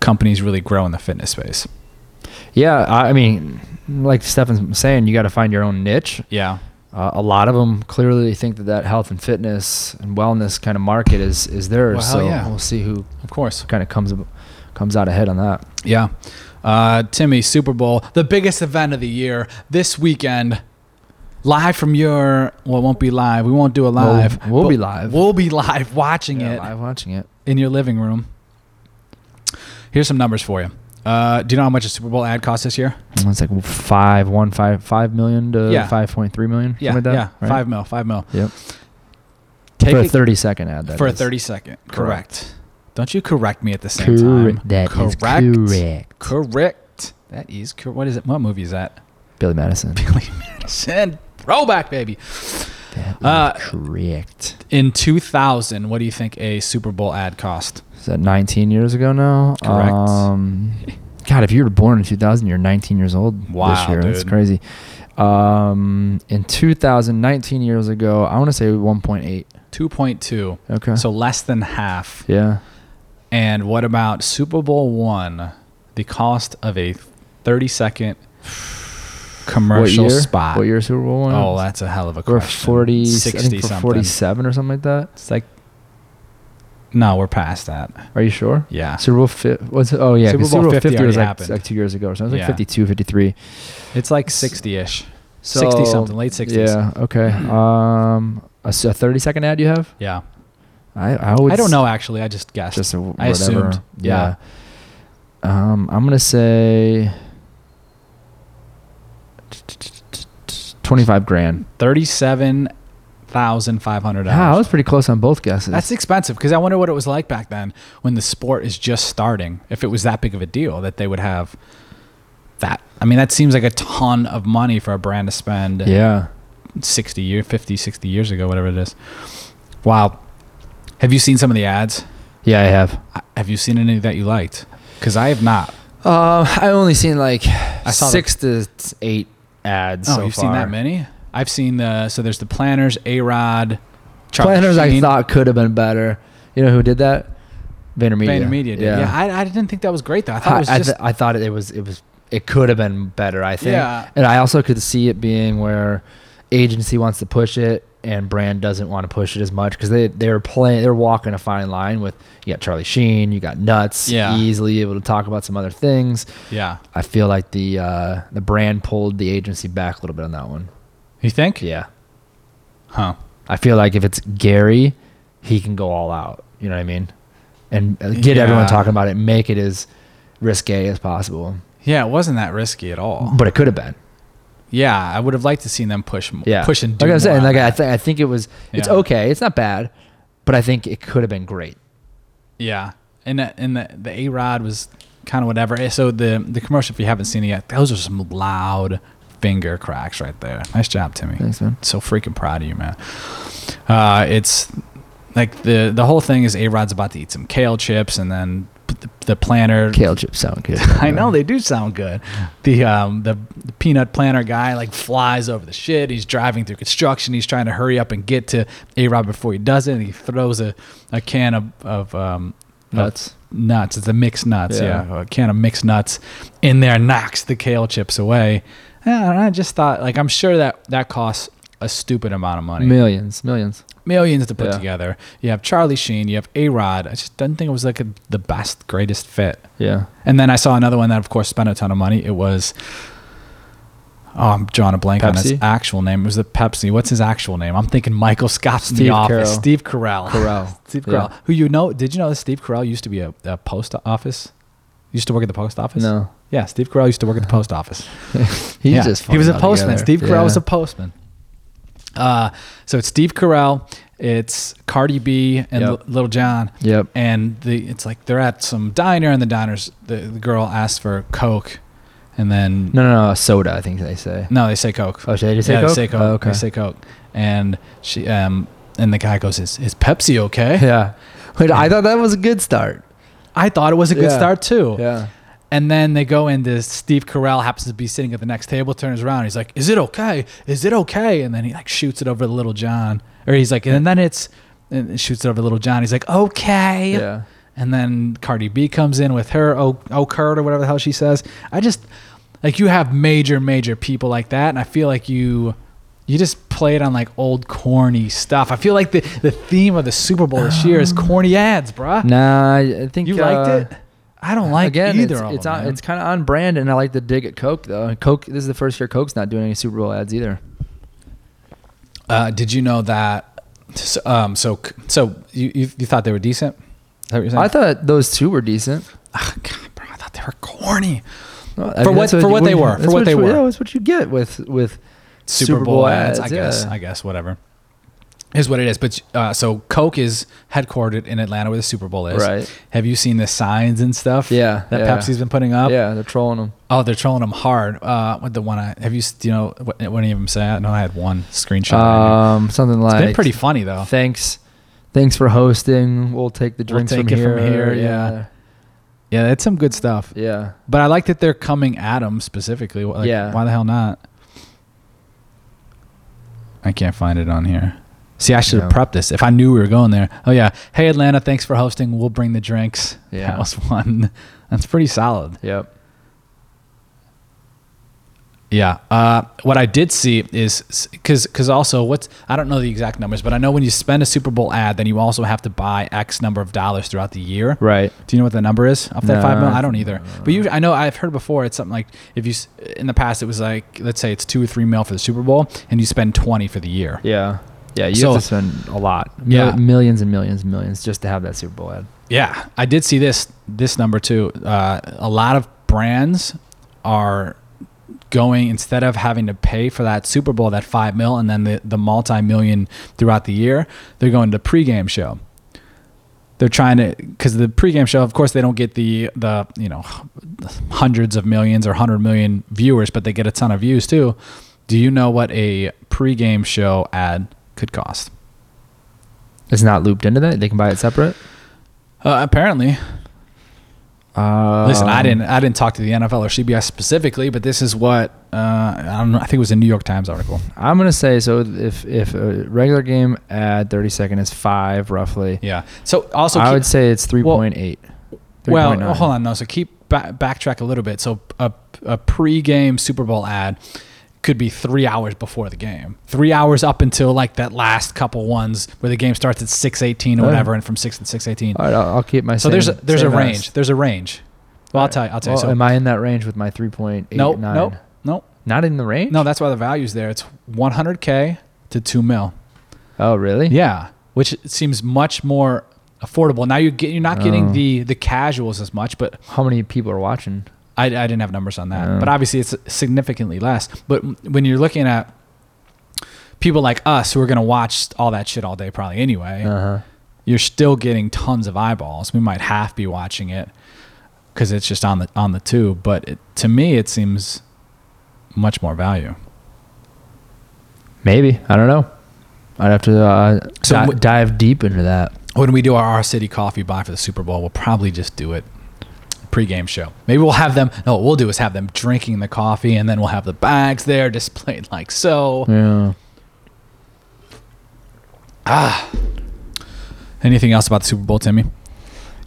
Speaker 1: companies really grow in the fitness space.
Speaker 2: Yeah, I I mean, like Stefan's saying, you got to find your own niche.
Speaker 1: Yeah,
Speaker 2: Uh, a lot of them clearly think that that health and fitness and wellness kind of market is is theirs.
Speaker 1: Well, hell
Speaker 2: so
Speaker 1: yeah.
Speaker 2: we'll see who
Speaker 1: of course.
Speaker 2: kind of comes ab- comes out ahead on that.
Speaker 1: Yeah, uh, Timmy, Super Bowl, the biggest event of the year this weekend. Live from your well, it won't be live. We won't do a
Speaker 2: Well,
Speaker 1: live.
Speaker 2: we'll
Speaker 1: but
Speaker 2: be live.
Speaker 1: We'll be live watching
Speaker 2: Yeah,
Speaker 1: it
Speaker 2: live watching it.
Speaker 1: in your living room. Here's some numbers for you. Uh, do you know how much a Super Bowl ad cost this year?
Speaker 2: And It's like five one five five million to
Speaker 1: Yeah.
Speaker 2: five point three million.
Speaker 1: Yeah,
Speaker 2: something like
Speaker 1: yeah,
Speaker 2: that, right?
Speaker 1: five mil, five mil.
Speaker 2: Yep.
Speaker 1: Take
Speaker 2: for
Speaker 1: a-
Speaker 2: a thirty second ad. that
Speaker 1: for a
Speaker 2: is.
Speaker 1: 30 second.
Speaker 2: Correct.
Speaker 1: Correct. Don't you correct me at the same time.
Speaker 2: Correct. That is correct.
Speaker 1: Correct. That is cor- what is it? What movie is that?
Speaker 2: Billy Madison.
Speaker 1: Billy Madison. Throwback baby.
Speaker 2: That is
Speaker 1: Uh,
Speaker 2: correct.
Speaker 1: In 2000, what do you think a Super Bowl ad cost?
Speaker 2: Is that 19 years ago now?
Speaker 1: Correct.
Speaker 2: Um, God, if you were born in 2000, you're 19 years old
Speaker 1: Wow,
Speaker 2: this year. That's
Speaker 1: dude.
Speaker 2: crazy. Um, in 2000, 19 years ago, I want to say 1.8.
Speaker 1: 2.2.
Speaker 2: Okay.
Speaker 1: So less than half.
Speaker 2: yeah,
Speaker 1: And what about Super Bowl 1? The cost of a 30 second commercial
Speaker 2: what year?
Speaker 1: spot.
Speaker 2: What year Super Bowl one?
Speaker 1: uh, Oh, that's a hell of a
Speaker 2: we're
Speaker 1: question.
Speaker 2: 40, 60 I
Speaker 1: 60
Speaker 2: think we're
Speaker 1: something.
Speaker 2: 47 or something like that.
Speaker 1: It's like No, we're past that.
Speaker 2: Are you sure?
Speaker 1: Yeah.
Speaker 2: Super Bowl fi- was oh yeah, 'cause
Speaker 1: uh, Super Bowl 50
Speaker 2: was
Speaker 1: already
Speaker 2: like,
Speaker 1: happened.
Speaker 2: like two years ago, so it was like
Speaker 1: Yeah.
Speaker 2: 52, 53.
Speaker 1: It's like 60 ish.
Speaker 2: So,
Speaker 1: 60 something, late 60s.
Speaker 2: Yeah. Okay. Um, a, s- a 30 second ad you have?
Speaker 1: Yeah.
Speaker 2: I I, would
Speaker 1: I don't
Speaker 2: s-
Speaker 1: know, actually. I just guessed.
Speaker 2: just a whatever.
Speaker 1: I assumed, yeah.
Speaker 2: Um, I'm gonna say twenty-five grand.
Speaker 1: 37,000 thousand five hundred
Speaker 2: Yeah, I
Speaker 1: dollars.
Speaker 2: was pretty close on both guesses.
Speaker 1: That's expensive because I wonder what it was like back then when the sport is just starting. If it was that big of a deal that they would have that. I mean, that seems like a ton of money for a brand to spend.
Speaker 2: yeah.
Speaker 1: 60 year 50 60 years ago whatever it is wow have you seen some of the ads
Speaker 2: Yeah, I have.
Speaker 1: I- have you seen any that you liked because i have not
Speaker 2: Uh, I only seen like
Speaker 1: saw the-
Speaker 2: six to eight ads.
Speaker 1: oh
Speaker 2: so
Speaker 1: you've seen that
Speaker 2: far.
Speaker 1: many i've seen the so there's the planners a rod
Speaker 2: Planners I thought could have been better. You know who did that? VaynerMedia.
Speaker 1: Media did. Yeah, I, I didn't think that was great though. I thought it
Speaker 2: I,
Speaker 1: was
Speaker 2: I
Speaker 1: just
Speaker 2: th- I thought it was it was it could have been better. I think.
Speaker 1: Yeah.
Speaker 2: And I also could see it being where agency wants to push it and brand doesn't want to push it as much because they they're playing they're walking a fine line with you got Charlie Sheen, you got Nuts,
Speaker 1: Yeah.
Speaker 2: easily able to talk about some other things.
Speaker 1: yeah.
Speaker 2: I feel like the uh, the brand pulled the agency back a little bit on that one.
Speaker 1: You think?
Speaker 2: Yeah.
Speaker 1: Huh.
Speaker 2: I feel like if it's Gary, he can go all out. You know what I mean? And uh, get everyone
Speaker 1: Yeah.
Speaker 2: talking about it, make it as risque as possible.
Speaker 1: Yeah, it wasn't that risky at all.
Speaker 2: But it could have been.
Speaker 1: Yeah, I would have liked to seen them push, m-
Speaker 2: Yeah.
Speaker 1: push and do
Speaker 2: like I'm saying,
Speaker 1: more on
Speaker 2: like I,
Speaker 1: that.
Speaker 2: th- I think it was, it's
Speaker 1: Yeah.
Speaker 2: okay. It's not bad, but I think it could have been great.
Speaker 1: Yeah, and that, and the the A Rod was kind of whatever. Eh, So the the commercial, if you haven't seen it yet, those are some loud finger cracks right there. Nice job, Timmy.
Speaker 2: Thanks, man.
Speaker 1: So freaking proud of you, man. Uh, it's like the the whole thing is A Rod's about to eat some kale chips, and then p- the, the planner.
Speaker 2: Kale chips sound good.
Speaker 1: I know they do sound good. The um the, the peanut planter guy like flies over the shit. He's driving through construction. He's trying to hurry up and get to A Rod before he does it. And he throws a, a can of of um of
Speaker 2: Nuts.
Speaker 1: nuts. It's a mixed nuts.
Speaker 2: Yeah.
Speaker 1: Yeah. A can of mixed nuts in there knocks the kale chips away. Yeah, And I just thought, like, I'm sure that that costs a stupid amount of money,
Speaker 2: Millions, millions.
Speaker 1: millions to put
Speaker 2: Yeah.
Speaker 1: together. You have Charlie Sheen, you have A Rod. I just didn't think it was like a, the best, greatest fit.
Speaker 2: Yeah.
Speaker 1: And then I saw another one that, of course, spent a ton of money. It was. Oh, I'm drawing a blank on
Speaker 2: Pepsi?
Speaker 1: his actual name. It was the Pepsi. What's his actual name? I'm thinking Michael Scott from
Speaker 2: Steve
Speaker 1: The Office.
Speaker 2: Carell.
Speaker 1: Steve Carell.
Speaker 2: Corral.
Speaker 1: Steve
Speaker 2: Yeah.
Speaker 1: Carell, who you know, did you know that Steve Carell used to be a, a post office? Used to work at the post office.
Speaker 2: No.
Speaker 1: Yeah, Steve Carell used to work at the post office.
Speaker 2: He's
Speaker 1: yeah.
Speaker 2: just
Speaker 1: he was a
Speaker 2: funny
Speaker 1: postman.
Speaker 2: altogether.
Speaker 1: Steve Carell
Speaker 2: Yeah.
Speaker 1: was a postman. Uh, so it's Steve Carell, it's Cardi B and
Speaker 2: Yep.
Speaker 1: L- Little John.
Speaker 2: Yep.
Speaker 1: And the it's like they're at some diner and the diner's the, the girl asks for Coke, and then
Speaker 2: No, no, no. Soda, I think they say.
Speaker 1: no, they say Coke.
Speaker 2: Oh, should I just say
Speaker 1: yeah,
Speaker 2: Coke?
Speaker 1: They say Coke.
Speaker 2: Oh, okay.
Speaker 1: They say Coke. And she um and the guy goes, "Is is Pepsi okay?"
Speaker 2: yeah. Wait, I thought that was a good start.
Speaker 1: I thought it was a good
Speaker 2: Yeah.
Speaker 1: start too.
Speaker 2: Yeah.
Speaker 1: And then they go into Steve Carell happens to be sitting at the next table, turns around, he's like, "Is it okay? Is it okay?" And then he like shoots it over to Little John, or he's like, and then it's and shoots it over to Little John. He's like, "Okay."
Speaker 2: Yeah.
Speaker 1: And then Cardi B comes in with her "Oh, oh, Kurt" or whatever the hell she says. I just like you have major, major people like that, and I feel like you. You just play it on like old corny stuff. I feel like the, the theme of the Super Bowl this year is corny ads, bruh.
Speaker 2: Nah, Um, I I think
Speaker 1: You
Speaker 2: uh,
Speaker 1: liked it? I don't like
Speaker 2: Again,
Speaker 1: either
Speaker 2: it's,
Speaker 1: of
Speaker 2: it's
Speaker 1: them.
Speaker 2: on,
Speaker 1: man.
Speaker 2: it's kind of on brand, and I like the dig at Coke though. And Coke, this is the first year Coke's not doing any Super Bowl ads either.
Speaker 1: Uh, did you know that? So, um, so, so you, you you thought they were decent? Is that what you're saying?
Speaker 2: I thought those two were decent
Speaker 1: Ah, God, bro, I thought they were corny.
Speaker 2: No, I
Speaker 1: For
Speaker 2: mean,
Speaker 1: what-
Speaker 2: that's
Speaker 1: for what
Speaker 2: you-
Speaker 1: they were, for
Speaker 2: that's
Speaker 1: what they
Speaker 2: you-
Speaker 1: were.
Speaker 2: Yeah, that's what you get with with
Speaker 1: Super, Bowl, ads, I
Speaker 2: yeah.
Speaker 1: guess. I guess whatever is what it is. But uh, so Coke is headquartered in Atlanta, where the Super Bowl is.
Speaker 2: Right.
Speaker 1: Have you seen the signs and stuff?
Speaker 2: Yeah,
Speaker 1: That
Speaker 2: yeah.
Speaker 1: Pepsi's been putting up.
Speaker 2: yeah, they're trolling them.
Speaker 1: Oh, they're trolling them hard. Uh, with the one I have you? s- Do you know what, what any of them say? I know I had one screenshot. right
Speaker 2: Um, something like
Speaker 1: here. it's been pretty funny though.
Speaker 2: Thanks, thanks for hosting. We'll take the drinks
Speaker 1: take
Speaker 2: from,
Speaker 1: it
Speaker 2: here.
Speaker 1: from here, yeah. Yeah, that's some good stuff.
Speaker 2: yeah,
Speaker 1: But I like that they're coming at him specifically. Like,
Speaker 2: Yeah.
Speaker 1: Why the hell not? I can't find it on here. See, I should have
Speaker 2: No.
Speaker 1: prepped this if I knew we were going there. Oh yeah. Hey Atlanta, thanks for hosting. We'll bring the drinks.
Speaker 2: Yeah.
Speaker 1: That was one. That's pretty solid.
Speaker 2: yep.
Speaker 1: Yeah. Uh, what I did see is because because also what's I don't know the exact numbers, but I know when you spend a Super Bowl ad, then you also have to buy X number of dollars throughout the year.
Speaker 2: Right.
Speaker 1: Do you know what the number is off that
Speaker 2: No,
Speaker 1: five mil?
Speaker 2: I
Speaker 1: I don't either. But you, I know I've heard before. It's something like if you s- in the past it was like let's say it's two or three mil for the Super Bowl and you spend twenty for the year.
Speaker 2: Yeah. Yeah. You
Speaker 1: So-
Speaker 2: have to spend a lot. Mil-
Speaker 1: Yeah.
Speaker 2: Millions and millions and millions just to have that Super Bowl ad.
Speaker 1: Yeah, I did see this this number too. Uh, a lot of brands are going instead of having to pay for that Super Bowl, that five mil, and then the, the multi million throughout the year, they're going to pregame show. They're trying to because the pregame show, of course, they don't get the the you know hundreds of millions or hundred million viewers, but they get a ton of views too. Do you know what a pregame show ad could cost?
Speaker 2: It's not looped into that. They can buy it separate.
Speaker 1: Uh, apparently,
Speaker 2: Uh,
Speaker 1: Listen, I didn't I didn't talk to the NFL or CBS specifically, but this is what uh, I don't know. I think it was a New York Times article.
Speaker 2: I'm gonna say so. If if a regular game ad 30 second is five roughly,
Speaker 1: Yeah. So also,
Speaker 2: I
Speaker 1: keep,
Speaker 2: would say it's 3.8.
Speaker 1: well, oh,
Speaker 2: 3.9.
Speaker 1: hold on though. So keep ba- backtrack a little bit. So a a pregame Super Bowl ad could be three hours before the game, three hours up until like that last couple ones where the game starts at six eighteen or
Speaker 2: Yeah.
Speaker 1: whatever, and from six to six eighteen.
Speaker 2: All right, I'll, I'll keep my.
Speaker 1: So there's a,
Speaker 2: same-
Speaker 1: there's a
Speaker 2: same
Speaker 1: range.
Speaker 2: ask.
Speaker 1: There's a range. Well, I'll tell you. I'll tell you.
Speaker 2: Well,
Speaker 1: So
Speaker 2: am I in that range with my 3.89?
Speaker 1: nope, nope, nope,
Speaker 2: Not in the range.
Speaker 1: no. That's why the value's there. It's one hundred k to two mil.
Speaker 2: Oh really?
Speaker 1: Yeah, which seems much more affordable. Now you get you're not getting
Speaker 2: Oh.
Speaker 1: the the casuals as much, but
Speaker 2: How many people are watching?
Speaker 1: I, I didn't have numbers on that.
Speaker 2: Yeah.
Speaker 1: But obviously it's significantly less. But m- when you're looking at people like us who are going to watch all that shit all day probably anyway,
Speaker 2: Uh huh.
Speaker 1: you're still getting tons of eyeballs. We might half be watching it cuz it's just on the on the tube, but it, to me it seems much more value.
Speaker 2: Maybe I don't know. I'd have to uh,
Speaker 1: So
Speaker 2: di-
Speaker 1: what-
Speaker 2: dive deep into that.
Speaker 1: when we do our our city coffee buy for the Super Bowl, we'll probably just do it pregame show. Maybe we'll have them. No, what we'll do is have them drinking the coffee, and then we'll have the bags there displayed like so.
Speaker 2: Yeah.
Speaker 1: Anything else about the Super Bowl, Timmy?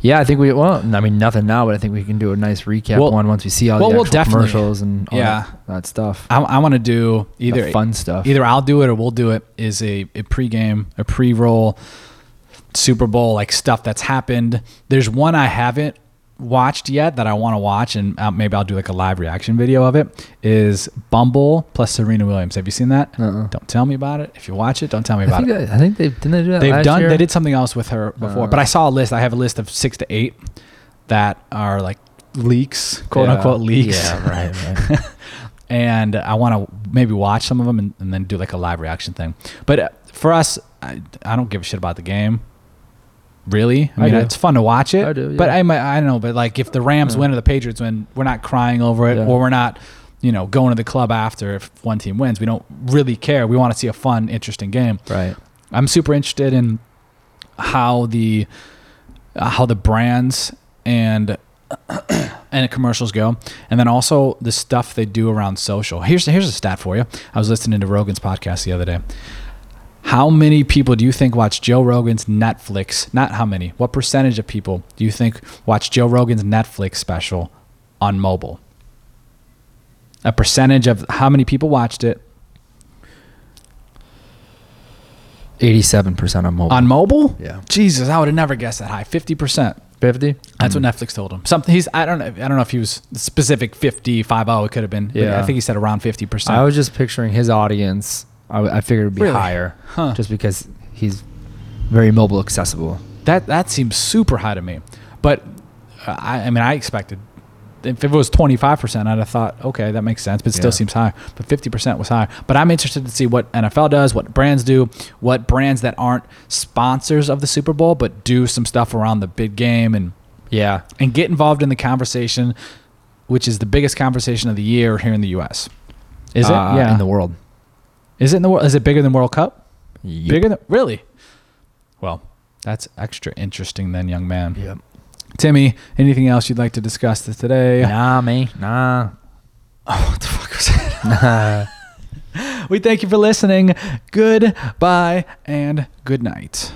Speaker 2: Yeah, I think we well, I mean nothing now, but I think we can do a nice recap
Speaker 1: Well-
Speaker 2: one once we see all
Speaker 1: well,
Speaker 2: the
Speaker 1: we'll
Speaker 2: actual
Speaker 1: definitely-
Speaker 2: commercials and all
Speaker 1: yeah.
Speaker 2: that, that stuff.
Speaker 1: I, I want to do either
Speaker 2: the fun stuff.
Speaker 1: either I'll do it or we'll do it. Is a a pregame a pre roll Super Bowl like stuff that's happened. There's one I haven't watched yet that I want to watch, and uh, maybe I'll do like a live reaction video of it. Is Bumble plus Serena Williams? Have you seen that?
Speaker 2: Uh-uh.
Speaker 1: Don't tell me about it. If you watch it, don't tell me
Speaker 2: I
Speaker 1: about
Speaker 2: think,
Speaker 1: it.
Speaker 2: that, I think they didn't they do that
Speaker 1: They've
Speaker 2: last
Speaker 1: done.
Speaker 2: year? Uh-huh.
Speaker 1: They did something else with her before, but I saw a list. I have a list of six to eight that are like leaks, quote
Speaker 2: Yeah.
Speaker 1: unquote leaks,
Speaker 2: Yeah, right, right.
Speaker 1: and I want to maybe watch some of them and, and then do like a live reaction thing. But uh, for us, I, I don't give a shit about the game. Really, I
Speaker 2: I
Speaker 1: mean,
Speaker 2: do.
Speaker 1: it's fun to watch it.
Speaker 2: I do,
Speaker 1: But
Speaker 2: yeah.
Speaker 1: I might, I don't know. But like, if the Rams
Speaker 2: Yeah.
Speaker 1: win or the Patriots win, we're not crying over it,
Speaker 2: Yeah.
Speaker 1: or we're not, you know, going to the club after if one team wins. We don't really care. We want to see a fun, interesting game.
Speaker 2: right.
Speaker 1: I'm super interested in how the uh, how the brands and and commercials go, and then also the stuff they do around social. Here's here's a stat for you. I was listening to Rogan's podcast the other day. How many people do you think watch Joe Rogan's Netflix? Not how many. What percentage of people do you think watch Joe Rogan's Netflix special on mobile? A percentage of how many people watched it
Speaker 2: Eighty-seven percent on mobile.
Speaker 1: on mobile?
Speaker 2: Yeah.
Speaker 1: Jesus, I would have never guessed that high. Fifty percent.
Speaker 2: fifty. Mm.
Speaker 1: That's what Netflix told him. Something he's I don't know I don't know if he was specific 50 50 it could have been. But
Speaker 2: Yeah.
Speaker 1: I think he said around 50%.
Speaker 2: I was just picturing his audience. I, w- I figured it would be
Speaker 1: Really?
Speaker 2: higher,
Speaker 1: Huh.
Speaker 2: just because he's very mobile accessible.
Speaker 1: that that seems super high to me. But uh, I, I mean I expected if it was 25%, I'd have thought, okay, that makes sense, but it still
Speaker 2: Yeah.
Speaker 1: seems high. But 50% was high. But I'm interested to see what NFL does, what brands do, what brands that aren't sponsors of the Super Bowl, but do some stuff around the big game and
Speaker 2: Yeah,
Speaker 1: and get involved in the conversation, which is the biggest conversation of the year here in the U.S. Is it?
Speaker 2: Uh,
Speaker 1: yeah.
Speaker 2: in the world.
Speaker 1: is it in the world? Is it bigger than World Cup?
Speaker 2: Yep.
Speaker 1: Bigger than really? Well, that's extra interesting, then, young man.
Speaker 2: Yep.
Speaker 1: Timmy, anything else you'd like to discuss this today?
Speaker 2: Nah, me. Nah.
Speaker 1: Oh, what the fuck was that?
Speaker 2: Nah.
Speaker 1: We thank you for listening. Goodbye and good night.